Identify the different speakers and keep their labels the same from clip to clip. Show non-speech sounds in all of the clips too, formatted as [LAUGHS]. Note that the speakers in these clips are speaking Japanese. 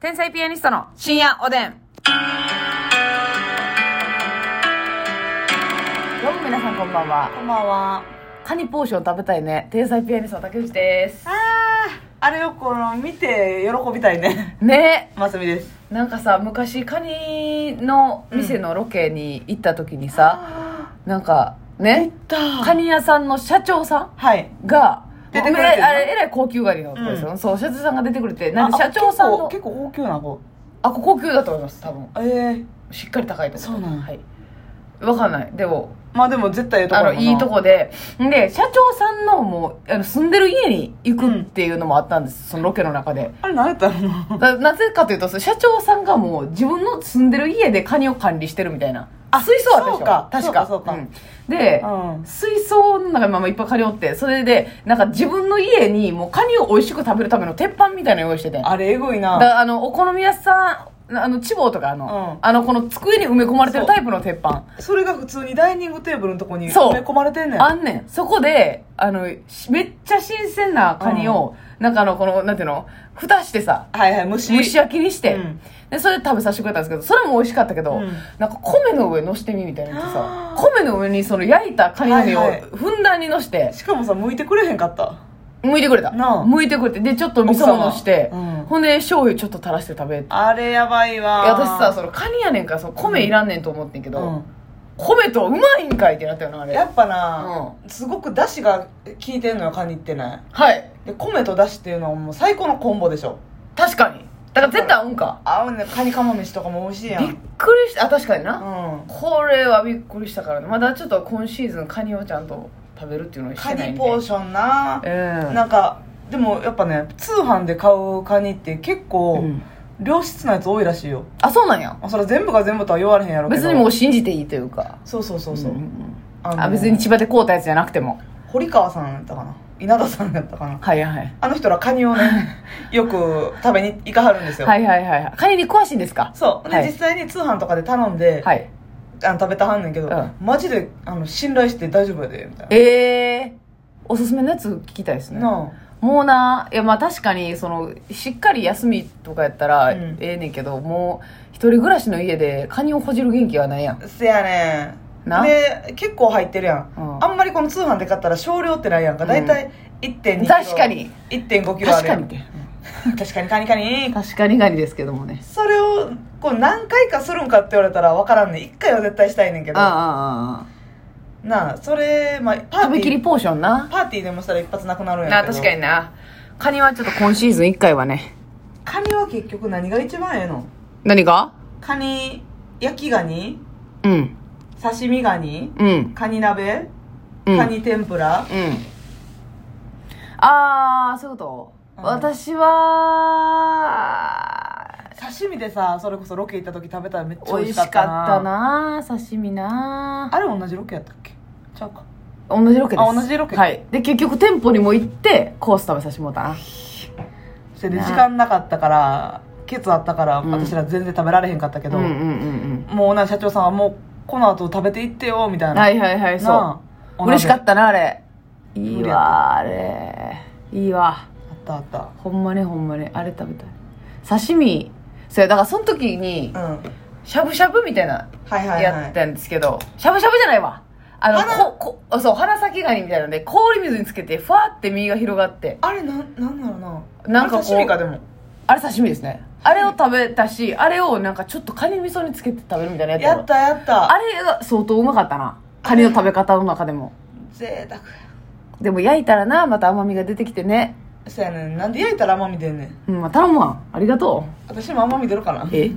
Speaker 1: 天才ピアニストの深夜おでん。どうも皆さんこんばんは。
Speaker 2: こんばんは。
Speaker 1: カニポーション食べたいね。天才ピアニストの竹内です。
Speaker 2: ああ、あれをこの見て喜びたいね。 [LAUGHS]
Speaker 1: ね
Speaker 2: マスミです。
Speaker 1: なんかさ、昔カニの店のロケに行った時にさ、
Speaker 2: あ
Speaker 1: なんか
Speaker 2: ー行
Speaker 1: ね
Speaker 2: っ、た。
Speaker 1: カニ屋さんの社長さん
Speaker 2: はい。
Speaker 1: が、
Speaker 2: 出てくれてる
Speaker 1: あれあれ、えらい高級ガニのですよ、そう、社長さんが出てくれて、なんで社長さんの
Speaker 2: あ、結構結構高級な方。
Speaker 1: あ、ここ高級だと思います、多分。
Speaker 2: ええ
Speaker 1: しっかり高いと思
Speaker 2: そうなん
Speaker 1: はい。わかんない。でも、
Speaker 2: まあでも絶対いいとこ
Speaker 1: あ
Speaker 2: や
Speaker 1: の、
Speaker 2: もんない
Speaker 1: いと。こで、で、社長さんのもう、あの住んでる家に行くっていうのもあったんです、そのロケの中で。
Speaker 2: あれ何やった
Speaker 1: [LAUGHS]
Speaker 2: の
Speaker 1: ななぜかというと、社長さんがもう自分の住んでる家でカニを管理してるみたいな。
Speaker 2: あ
Speaker 1: 水槽あったでしょ
Speaker 2: そうか
Speaker 1: 確か。
Speaker 2: そうかそうか
Speaker 1: んで、
Speaker 2: うん
Speaker 1: 水槽の中にまあまあいっぱいカニおって、それで、なんか自分の家にもうカニを美味しく食べるための鉄板みたいなの用意してて。
Speaker 2: あれエグい
Speaker 1: だ
Speaker 2: な。
Speaker 1: あのお好み屋さんあのチボとかあの,、
Speaker 2: うん
Speaker 1: あのこの机に埋め込まれてるタイプの鉄板
Speaker 2: それが普通にダイニングテーブルのとこに
Speaker 1: そう
Speaker 2: 埋め込まれてんねん。
Speaker 1: あんねんそこであのしめっちゃ新鮮なカニを、なんかあのこのなんていうの蓋してさ
Speaker 2: はいはい、虫。
Speaker 1: 蒸し焼きにして、
Speaker 2: うん
Speaker 1: でそれ食べさせてくれたんですけどそれも美味しかったけど、
Speaker 2: うん
Speaker 1: なんか米の上のしてみみたいなのってさ
Speaker 2: あー
Speaker 1: 米の上にその焼いたカニの身を
Speaker 2: はいはい
Speaker 1: ふんだんにのして
Speaker 2: しかもさ、向いてくれへんかった。
Speaker 1: 剥いてくれた
Speaker 2: なあ
Speaker 1: 剥いてくれてでちょっと味噌ものして、
Speaker 2: 奥様うん
Speaker 1: ほんで醤油ちょっと垂らして食べて
Speaker 2: あれやばいわ。
Speaker 1: いや私さそのカニやねんからその米いらんねんと思ってんけど、
Speaker 2: うん
Speaker 1: 米とうまいんかいってなったよなあれ
Speaker 2: やっぱな、
Speaker 1: う
Speaker 2: すごく出汁が効いてんのよ、カニってね。
Speaker 1: はい
Speaker 2: で、米と出汁っていうのはもう最高のコンボでしょ。
Speaker 1: 確かにだから絶対合うんか
Speaker 2: 合うねカニカマ飯とかも美味しいやん
Speaker 1: び
Speaker 2: う
Speaker 1: っ
Speaker 2: ん
Speaker 1: くりしたあ確かにな、
Speaker 2: カ
Speaker 1: これはびっくりしたからねまだちょっと今シーズンカニをちゃんと食べるっていうのをしてないん
Speaker 2: ニ
Speaker 1: で
Speaker 2: ポーションな
Speaker 1: うん
Speaker 2: なんかでもやっぱね通販で買うカニって結構
Speaker 1: うん
Speaker 2: 良質なやつ多いらしいよ、
Speaker 1: あそうなんや
Speaker 2: まあそれは全部が全部とは言われへんやろうけど
Speaker 1: 別にもう信じていいというか
Speaker 2: そうそうそうそう、
Speaker 1: んん
Speaker 2: あの
Speaker 1: あ別に千葉で買うたやつじゃなくても
Speaker 2: 堀川さんやったかな稲田さんやったかな
Speaker 1: はいはい
Speaker 2: あの人らカニをねよく食べに行かはるんですよ、
Speaker 1: はいはいはいはいカニに詳しいんですか
Speaker 2: そうで、
Speaker 1: はい
Speaker 2: 実際に通販とかで頼んで、
Speaker 1: はい
Speaker 2: あの食べたはんねんけど、
Speaker 1: うん
Speaker 2: マジであの信頼して大丈夫やでみたいな
Speaker 1: ええおすすめのやつ聞きたいですね
Speaker 2: な
Speaker 1: もうな、いやまあ確かに、その、しっかり休みとかやったら
Speaker 2: うん
Speaker 1: ええねんけど、もう、一人暮らしの家でカニをほじる元気はないやん。
Speaker 2: あせやねん
Speaker 1: な
Speaker 2: で結構入ってるやん、
Speaker 1: うん
Speaker 2: あんまりこの通販で買ったら少量ってないやんか
Speaker 1: うん
Speaker 2: 大体1 2キロ
Speaker 1: 確かに
Speaker 2: 1.5キロあ
Speaker 1: 確
Speaker 2: る
Speaker 1: か
Speaker 2: や
Speaker 1: にっ
Speaker 2: ん
Speaker 1: て。
Speaker 2: 確かにカニカニ
Speaker 1: 確かにガニですけどもね。
Speaker 2: それをこう何回かするんかって言われたら分からんねん1回は絶対したいねんけど
Speaker 1: あああああ
Speaker 2: なあそれ、まあ、パ
Speaker 1: あ。
Speaker 2: ー
Speaker 1: 食べ
Speaker 2: テ
Speaker 1: き
Speaker 2: ィ
Speaker 1: り
Speaker 2: ー
Speaker 1: ポーションな。
Speaker 2: パーティーでもしたら一発なくなるん
Speaker 1: な
Speaker 2: や
Speaker 1: あ、
Speaker 2: けど
Speaker 1: 確かにな。カニはちょっと今シーズン1回はね。
Speaker 2: カニは結局何が一番ええの
Speaker 1: 何が
Speaker 2: カニ焼きガニ
Speaker 1: うん。
Speaker 2: 刺身ガニ
Speaker 1: うん。
Speaker 2: カニ鍋、
Speaker 1: うん。
Speaker 2: カニ天ぷら
Speaker 1: うん。ああ、そういうこと、
Speaker 2: うん
Speaker 1: 私は、
Speaker 2: 刺身でさそれこそロケ行った時食べたらめっちゃ
Speaker 1: 美
Speaker 2: 美
Speaker 1: 味し
Speaker 2: 味し
Speaker 1: かっ
Speaker 2: かった
Speaker 1: た
Speaker 2: な
Speaker 1: な刺身な
Speaker 2: あれ同じロケやったっけちゃうか
Speaker 1: 同じロケです
Speaker 2: あ同じロケ
Speaker 1: はいで結局店舗にも行ってコース食べさせてもらったな
Speaker 2: それで
Speaker 1: なあ
Speaker 2: 時間なかったからケツあったから
Speaker 1: うん
Speaker 2: 私ら全然食べられへんかったけど、
Speaker 1: うんうん
Speaker 2: もうな社長さんはもうこの後食べていってよみたいな、、
Speaker 1: はいいはいはいそ
Speaker 2: な
Speaker 1: う嬉しか
Speaker 2: た
Speaker 1: ったなあれいい
Speaker 2: 無理や
Speaker 1: わあれいいわ
Speaker 2: あったあっ
Speaker 1: ほんまねほんまねあれ食べたい刺身そうやだからその時に
Speaker 2: たうんはい
Speaker 1: しゃぶしゃぶみたいな
Speaker 2: はいはい
Speaker 1: やったんですけど、しゃぶしゃぶじゃないわあの
Speaker 2: 花
Speaker 1: ここそう花咲ガニみたいなので氷水につけてふわって身が広がって
Speaker 2: あれなんなんだろうな
Speaker 1: なんかこう
Speaker 2: あれ刺身かでも
Speaker 1: あれ刺身ですねあれを食べたしあれをなんかちょっとカニ味噌につけて食べるみたいなやつ
Speaker 2: やったやった
Speaker 1: あれが相当うまかったな。カニの食べ方の中でも。
Speaker 2: 贅沢
Speaker 1: でも焼いたらな、また甘みが出てきてね。
Speaker 2: そうやねんなんで焼いたら甘み出んねん
Speaker 1: うん、まあ、頼むわ。ありがと
Speaker 2: 私も甘み出るかな
Speaker 1: う。 [LAUGHS] え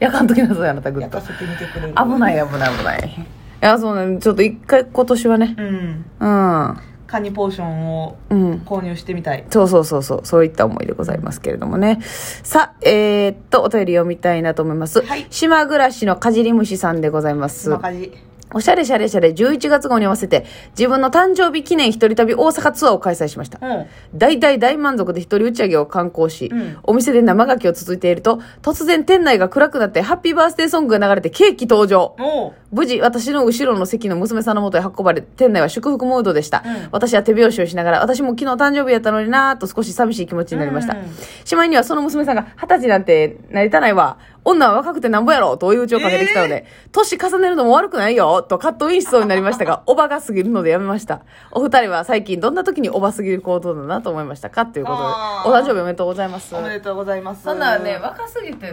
Speaker 1: 焼かんときなさい、あなたグッ
Speaker 2: 焼
Speaker 1: と
Speaker 2: か。せてみてくれる
Speaker 1: 危ない、危ない、危ない。いや、そうね。ちょっと一回今年はね。
Speaker 2: うん
Speaker 1: うん。う
Speaker 2: カニポーションを
Speaker 1: ん。
Speaker 2: 購入してみたい
Speaker 1: そうそうそうそう。そういった思いでございますけれどもね。さあ、えー、っと、お便り読みたいなと思います。
Speaker 2: はい
Speaker 1: 島暮らしのかじり虫さんでございます。
Speaker 2: マカジ
Speaker 1: おしゃれしゃれしゃれ11月号に合わせて自分の誕生日記念一人旅大阪ツアーを開催しました。
Speaker 2: うん。
Speaker 1: 大大大満足で一人打ち上げを観光し、
Speaker 2: うん
Speaker 1: お店で生ガキを続いていると、突然店内が暗くなってハッピーバースデーソングが流れてケーキ登場。
Speaker 2: おう。
Speaker 1: 無事、私の後ろの席の娘さんのもとへ運ばれ、店内は祝福ムードでした。
Speaker 2: うん
Speaker 1: 私は手拍子をしながら、私も昨日誕生日やったのになぁと少し寂しい気持ちになりました。
Speaker 2: うん
Speaker 1: しまいにはその娘さんが、二十歳なんてなりたないわ。女は若くてなんぼやろと追い打ちをかけてきたので、年重ねるのも悪くないよとカットインしそうになりましたが、 [LAUGHS] おばが過ぎるのでやめました。お二人は最近どんな時におばすぎる行動だなと思いましたかということで
Speaker 2: あ、ー
Speaker 1: お誕生日おめでとうございます。
Speaker 2: おめでとうございます。
Speaker 1: そんなんね、若すぎて、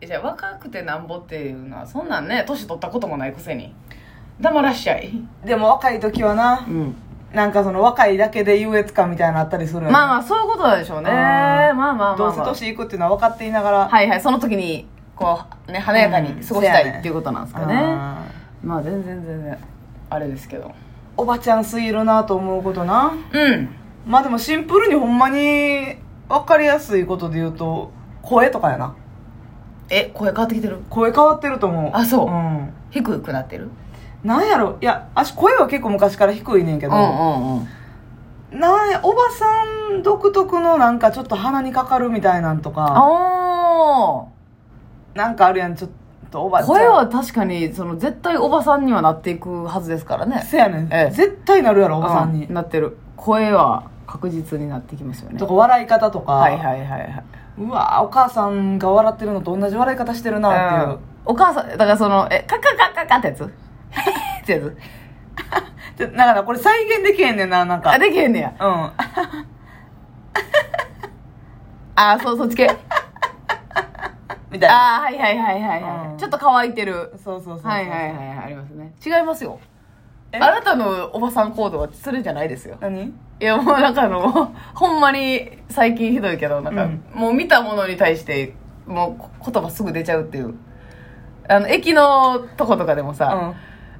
Speaker 1: えじゃあ若くてなんぼっていうのは、そんなんね、年取ったこともないくせに。黙らっしゃい。
Speaker 2: でも若い時はな、
Speaker 1: ん。
Speaker 2: なんかその若いだけで優越感みたいなのあったりするよね
Speaker 1: まあまあ、そういうことなんでしょうね。
Speaker 2: うん
Speaker 1: まあまあまあまあ。
Speaker 2: どうせ年いくっていうのは分かっていながら、
Speaker 1: はいはい、その時に、こう、ね、華やかに過ごしたいっていうことなんですかね。
Speaker 2: あ
Speaker 1: まあ、全然全然、あれですけど。
Speaker 2: ーおばちゃんすぎるなと思うことな
Speaker 1: うん。
Speaker 2: まあでもシンプルにほんまに分かりやすいことで言うと声とかやな
Speaker 1: え、声変わってきてる
Speaker 2: 声変わってると思う
Speaker 1: あそうん低くなってる
Speaker 2: なんやろいや私声は結構昔から低いねんけ
Speaker 1: う
Speaker 2: ど、
Speaker 1: んうん。
Speaker 2: なんやおばさん独特のなんかちょっと鼻にかかるみたいなんとか
Speaker 1: あ
Speaker 2: なんかあるやんちょっとおば
Speaker 1: あ
Speaker 2: ちゃん
Speaker 1: 声は確かに、その、絶対おばさんにはなっていくはずですからね。
Speaker 2: せやねん、
Speaker 1: ええ
Speaker 2: 絶対なるやろおばさんに、
Speaker 1: うなってる声は確実になってきますよね
Speaker 2: とか笑い方とか、
Speaker 1: はいはいはいはいう
Speaker 2: わーお母さんが笑ってるのと同じ笑い方してるなっていう、
Speaker 1: お母さんだからそのえカカカカカってや
Speaker 2: [LAUGHS]
Speaker 1: つってやつ
Speaker 2: でだからこれ再現できへんねんななんか
Speaker 1: あできへんねや
Speaker 2: うん
Speaker 1: あそうそっち系あ
Speaker 2: みたいな
Speaker 1: はいはいはいはいはい、
Speaker 2: うん
Speaker 1: ちょっと乾いてる
Speaker 2: そうそうそうそう
Speaker 1: はいはいはいありますね違いますよ
Speaker 2: え
Speaker 1: あなたのおばさん行動はそれじゃないですよ
Speaker 2: 何
Speaker 1: いやもうなんかあの [LAUGHS] ほんまに最近ひどいけどなんか、
Speaker 2: うん
Speaker 1: もう見たものに対してもう言葉すぐ出ちゃうっていうあの駅のとことかでもさ、
Speaker 2: うん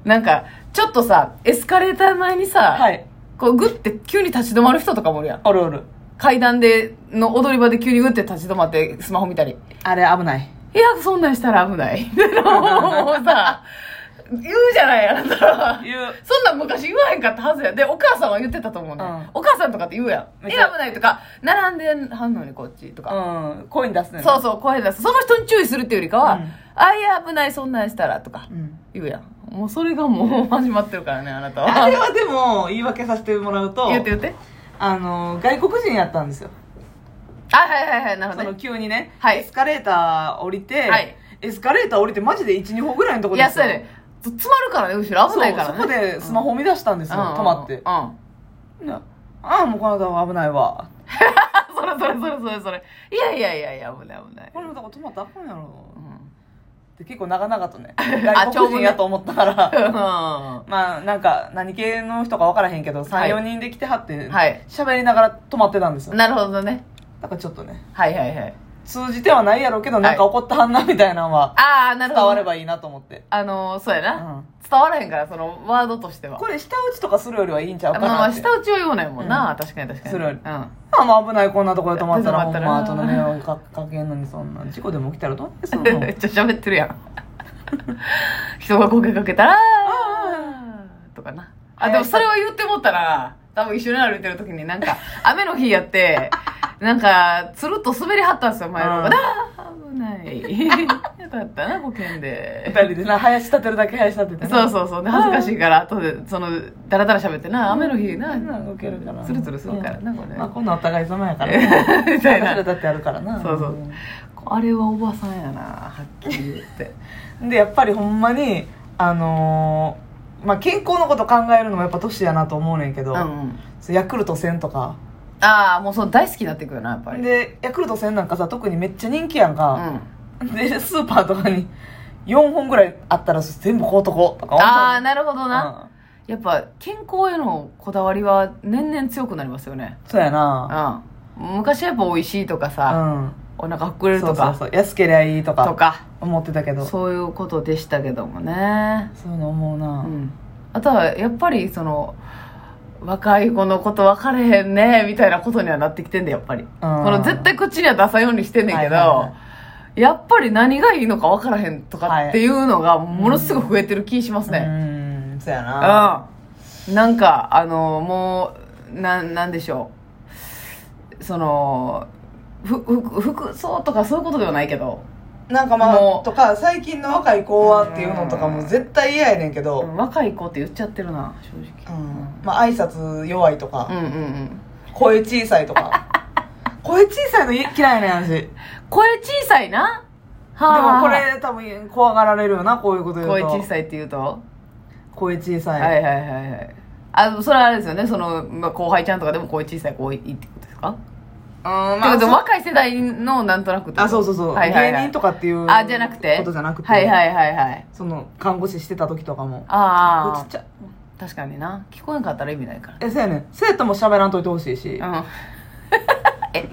Speaker 1: なんか、ちょっとさ、エスカレーター前にさ、
Speaker 2: はい
Speaker 1: こうグッて急に立ち止まる人とかもおるやん。
Speaker 2: おるおる
Speaker 1: 階段で、の踊り場で急にグッて立ち止まってスマホ見たり。
Speaker 2: あれ危ない
Speaker 1: いや、そんなんしたら危ない。 [LAUGHS] もうさ、言うじゃない、あなたら。
Speaker 2: 言う
Speaker 1: そんなん昔言わへんかったはずや。で、お母さんは言ってたと思うね、
Speaker 2: うん
Speaker 1: お母さんとかって言うやん。
Speaker 2: め
Speaker 1: い
Speaker 2: っちゃ
Speaker 1: や、危ないとか、並んではんのにこっちとか。
Speaker 2: うん声に出すねん
Speaker 1: そうそう、怖いです。その人に注意するっていうよりかは、
Speaker 2: うん
Speaker 1: あ、いや、危ない、そんなんしたらとか。
Speaker 2: うん
Speaker 1: 言うやんもうそれがもう始まってるからねあなた
Speaker 2: [LAUGHS] あれ
Speaker 1: は
Speaker 2: はでも言い訳させてもらうと
Speaker 1: 言って言って
Speaker 2: あの外国人やったんですよ
Speaker 1: あはいはいはいなるほ
Speaker 2: そ
Speaker 1: ど
Speaker 2: の
Speaker 1: ね
Speaker 2: 急にね
Speaker 1: はい
Speaker 2: エスカレーター降りて、
Speaker 1: はい
Speaker 2: エスカレーター降りてマジで12歩ぐらいのとこ
Speaker 1: い
Speaker 2: ろ
Speaker 1: や
Speaker 2: です
Speaker 1: そう
Speaker 2: よ
Speaker 1: やねつ詰まるからね後ろ危ないからね
Speaker 2: そうそこでスマホを見出したんですよ、
Speaker 1: うんうん
Speaker 2: 止まって、
Speaker 1: うんあ
Speaker 2: なああもうこの間は危ないわ
Speaker 1: それそれそれそれそれいやいやいやいや危ない危ない
Speaker 2: これもだから止まったらあかんやろ
Speaker 1: うん
Speaker 2: って結構長々とね
Speaker 1: [LAUGHS] あ
Speaker 2: 外国人やと思ったから
Speaker 1: は
Speaker 2: [LAUGHS] まあなんか何系の人か分からへんけど
Speaker 1: はい
Speaker 2: 34、人で来てはって
Speaker 1: はい
Speaker 2: 喋りながら止まってたんですよ、
Speaker 1: いなるほどね
Speaker 2: だからちょっとね
Speaker 1: はいはいはい
Speaker 2: 通じてはないやろうけどなんか怒ったはんなみたいなのは
Speaker 1: ああなる
Speaker 2: 伝
Speaker 1: ほど
Speaker 2: わればいいなと思って、
Speaker 1: あのーそうやな、
Speaker 2: うん
Speaker 1: 伝わらへんからそのワードとしては
Speaker 2: これ舌打ちとかするよりはいいんちゃう
Speaker 1: ま
Speaker 2: か
Speaker 1: あ
Speaker 2: なって
Speaker 1: まあ下打ちは言わないもんな、確かに確かに
Speaker 2: それは
Speaker 1: うん
Speaker 2: あもう危ないこんなところで止まったら
Speaker 1: 止ま
Speaker 2: ほ
Speaker 1: っ
Speaker 2: ん
Speaker 1: たら
Speaker 2: ま後の迷惑かかけんのにそんな事故でも起きたらどうなんですよ
Speaker 1: [LAUGHS] めっちゃ喋ってるやん人が声かけたらとかなあでもそれを言ってもったら多分一緒に歩いてる時になんか雨の日や
Speaker 2: [LAUGHS]
Speaker 1: ってなんかつるっと滑りはったんですよ前の
Speaker 2: う
Speaker 1: 方
Speaker 2: ん
Speaker 1: が危ないやだったな保険で
Speaker 2: 二人でな林立てるだけ林立てて
Speaker 1: [LAUGHS] そう
Speaker 2: う
Speaker 1: そうそうで恥ずかしいから後でそのダラダラ喋ってな雨の日な
Speaker 2: うん動けるから
Speaker 1: つるつるするからなこれ
Speaker 2: まあ今度はお互い様やからね
Speaker 1: [LAUGHS] みたい
Speaker 2: 私ら
Speaker 1: な
Speaker 2: だってあるからな
Speaker 1: そうそうあれはおばさんやなはっきり言って
Speaker 2: うんでやっぱりほんまにあのーまあ健康のこと考えるのもやっぱ年やなと思うねんけど、
Speaker 1: うん
Speaker 2: そうヤクルト1000とか
Speaker 1: ああもうそう大好きになっていくよなやっぱり
Speaker 2: でヤクルト1000なんかさ特にめっちゃ人気やん
Speaker 1: う
Speaker 2: か、
Speaker 1: ん
Speaker 2: でスーパーとかに4本ぐらいあったら全部こうとことか
Speaker 1: ああ
Speaker 2: あ
Speaker 1: なるほどな、やっぱ健康へのこだわりは年々強くなりますよね
Speaker 2: そうや
Speaker 1: う
Speaker 2: なん
Speaker 1: 昔はやっぱ美味しいとかさ、
Speaker 2: うん
Speaker 1: お腹膨れるとか
Speaker 2: そうそうそう安けりゃいいと
Speaker 1: と
Speaker 2: か
Speaker 1: か
Speaker 2: 思ってたけどそ
Speaker 1: そういうことでしたけどもね、
Speaker 2: ういうの思うな、
Speaker 1: うん、あとはやっぱりその若い子のこと分かれへんねみたいなことにはなってきてんだやっぱり、この絶対口には出さんようにしてんねんけど、
Speaker 2: はいはいは
Speaker 1: やっぱり何がいいのか分からへんとかっていうのがものすごく増えてる気しますね、
Speaker 2: うんそやな
Speaker 1: うん。なんか、あの、もう、なん、なんでしょう。その、ふ、ふ、服装とかそういうことではないけど、
Speaker 2: なんかま
Speaker 1: も
Speaker 2: あ
Speaker 1: う
Speaker 2: とか最近の若い子はっていうのとかも絶対嫌やねんけど、
Speaker 1: うん若い子って言っちゃってるな、正直。
Speaker 2: うんまあ挨拶弱いとか、
Speaker 1: うんうんうん。
Speaker 2: 声小さいとか [LAUGHS] 声小さいの嫌いなんやしで
Speaker 1: 声小さいな。
Speaker 2: もこ
Speaker 1: はあ、
Speaker 2: れ多分怖がられるよなこういうこと言う
Speaker 1: 声
Speaker 2: と
Speaker 1: 小さいって言うと。
Speaker 2: 声小さい、
Speaker 1: はいはいはいはい。あ、でもそれはあれですよね。その、まあ、後輩ちゃんとかでも声小さい子多いってことですか、
Speaker 2: うんま
Speaker 1: ってこと
Speaker 2: そ
Speaker 1: は若い世代のなんとなくってこと
Speaker 2: あそうそうそう、
Speaker 1: はいはいはい、
Speaker 2: 芸人とかっていう
Speaker 1: あ、じゃなくて
Speaker 2: ことじゃなくて、
Speaker 1: はいはいはいはい。
Speaker 2: その看護師してた時とかも
Speaker 1: あ
Speaker 2: こ
Speaker 1: あ
Speaker 2: いつちっちゃ
Speaker 1: 確かにな聞こえんかったら意味ないか
Speaker 2: えそうやねん生徒も喋らんといてほしいし、
Speaker 1: らうん [LAUGHS] え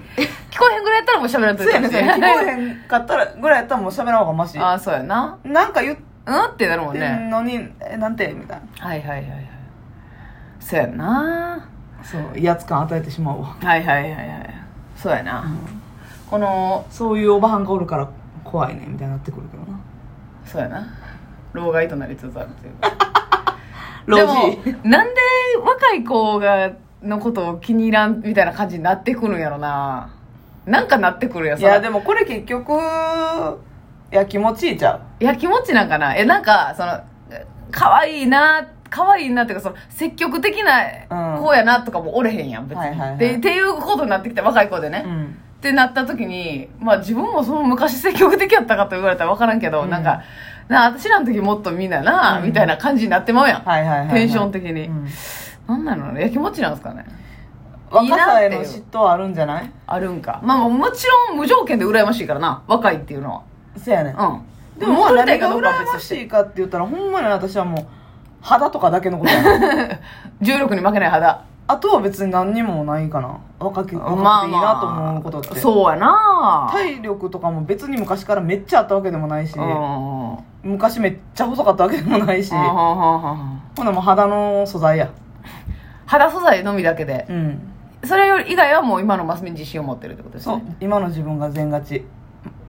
Speaker 1: 聞こえへんぐらいやったらもう喋らんと
Speaker 2: そうやねんそうやねん聞こえ
Speaker 1: ん
Speaker 2: へんかったらぐらいやったらもう喋らん方がマシ
Speaker 1: ああそうやな
Speaker 2: なんか言っ
Speaker 1: うんってなるもん
Speaker 2: て
Speaker 1: ね、
Speaker 2: んのに、えなんてみたい
Speaker 1: はいはいはいはいそうやな
Speaker 2: なそう威圧感与えてしまうわ
Speaker 1: はいはいはいはいそうやな、この
Speaker 2: そういうおばはんがおるから怖いねみたいになってくるけどな
Speaker 1: そうやな老害となりつつあるっていう
Speaker 2: [LAUGHS] 老
Speaker 1: でも
Speaker 2: 人
Speaker 1: なんで若い子がのことを気に入らんみたいな感じになってくるんやろななんかなってくるやん
Speaker 2: い
Speaker 1: そら
Speaker 2: やでもこれ結局いや気持ちいいちゃう
Speaker 1: やきもちなんかなえなんかそのえ可愛いな可愛いなっていうかその積極的な
Speaker 2: うん
Speaker 1: 子やなとかもおれへんやん別に、
Speaker 2: はいはいはい
Speaker 1: でっていうことになってきて若い子でね、っ
Speaker 2: ん
Speaker 1: てなった時にまあ自分もその昔 [LAUGHS] 積極的やったかと言われたら分からんけど、
Speaker 2: うん
Speaker 1: なんかな私らの時もっとみんなな、
Speaker 2: うん
Speaker 1: みたいな感じになってまうやん、
Speaker 2: はいはいはいはい
Speaker 1: テンション的に、
Speaker 2: うん
Speaker 1: なんなのやきもちなんですかねい
Speaker 2: 若
Speaker 1: いなっ
Speaker 2: さ
Speaker 1: ていう
Speaker 2: への嫉妬はあるんじゃない
Speaker 1: あるんかまあもうもちろん無条件で羨ましいからな若いっていうの
Speaker 2: そうやねん
Speaker 1: はうん
Speaker 2: でもまあ
Speaker 1: 戻りた
Speaker 2: 何
Speaker 1: いか
Speaker 2: が
Speaker 1: どうかは
Speaker 2: 羨
Speaker 1: 別
Speaker 2: ま
Speaker 1: と
Speaker 2: し
Speaker 1: して
Speaker 2: いかって言ったらほんまに私はもう肌とかだけのことやねん
Speaker 1: 重力に負けない肌
Speaker 2: あとは別に何にもないかな若く若くていいなと思うことって、
Speaker 1: そうやな
Speaker 2: 体力とかも別に昔からめっちゃあったわけでもないし、
Speaker 1: うんうんうんうん
Speaker 2: 昔めっちゃ細かったわけでもないし、ほんなもう肌の素材や
Speaker 1: 肌素材のみだけで
Speaker 2: うん
Speaker 1: それより以外はもう今のマスミに自信を持ってるってことです
Speaker 2: そう
Speaker 1: ね
Speaker 2: 今の自分が全勝ち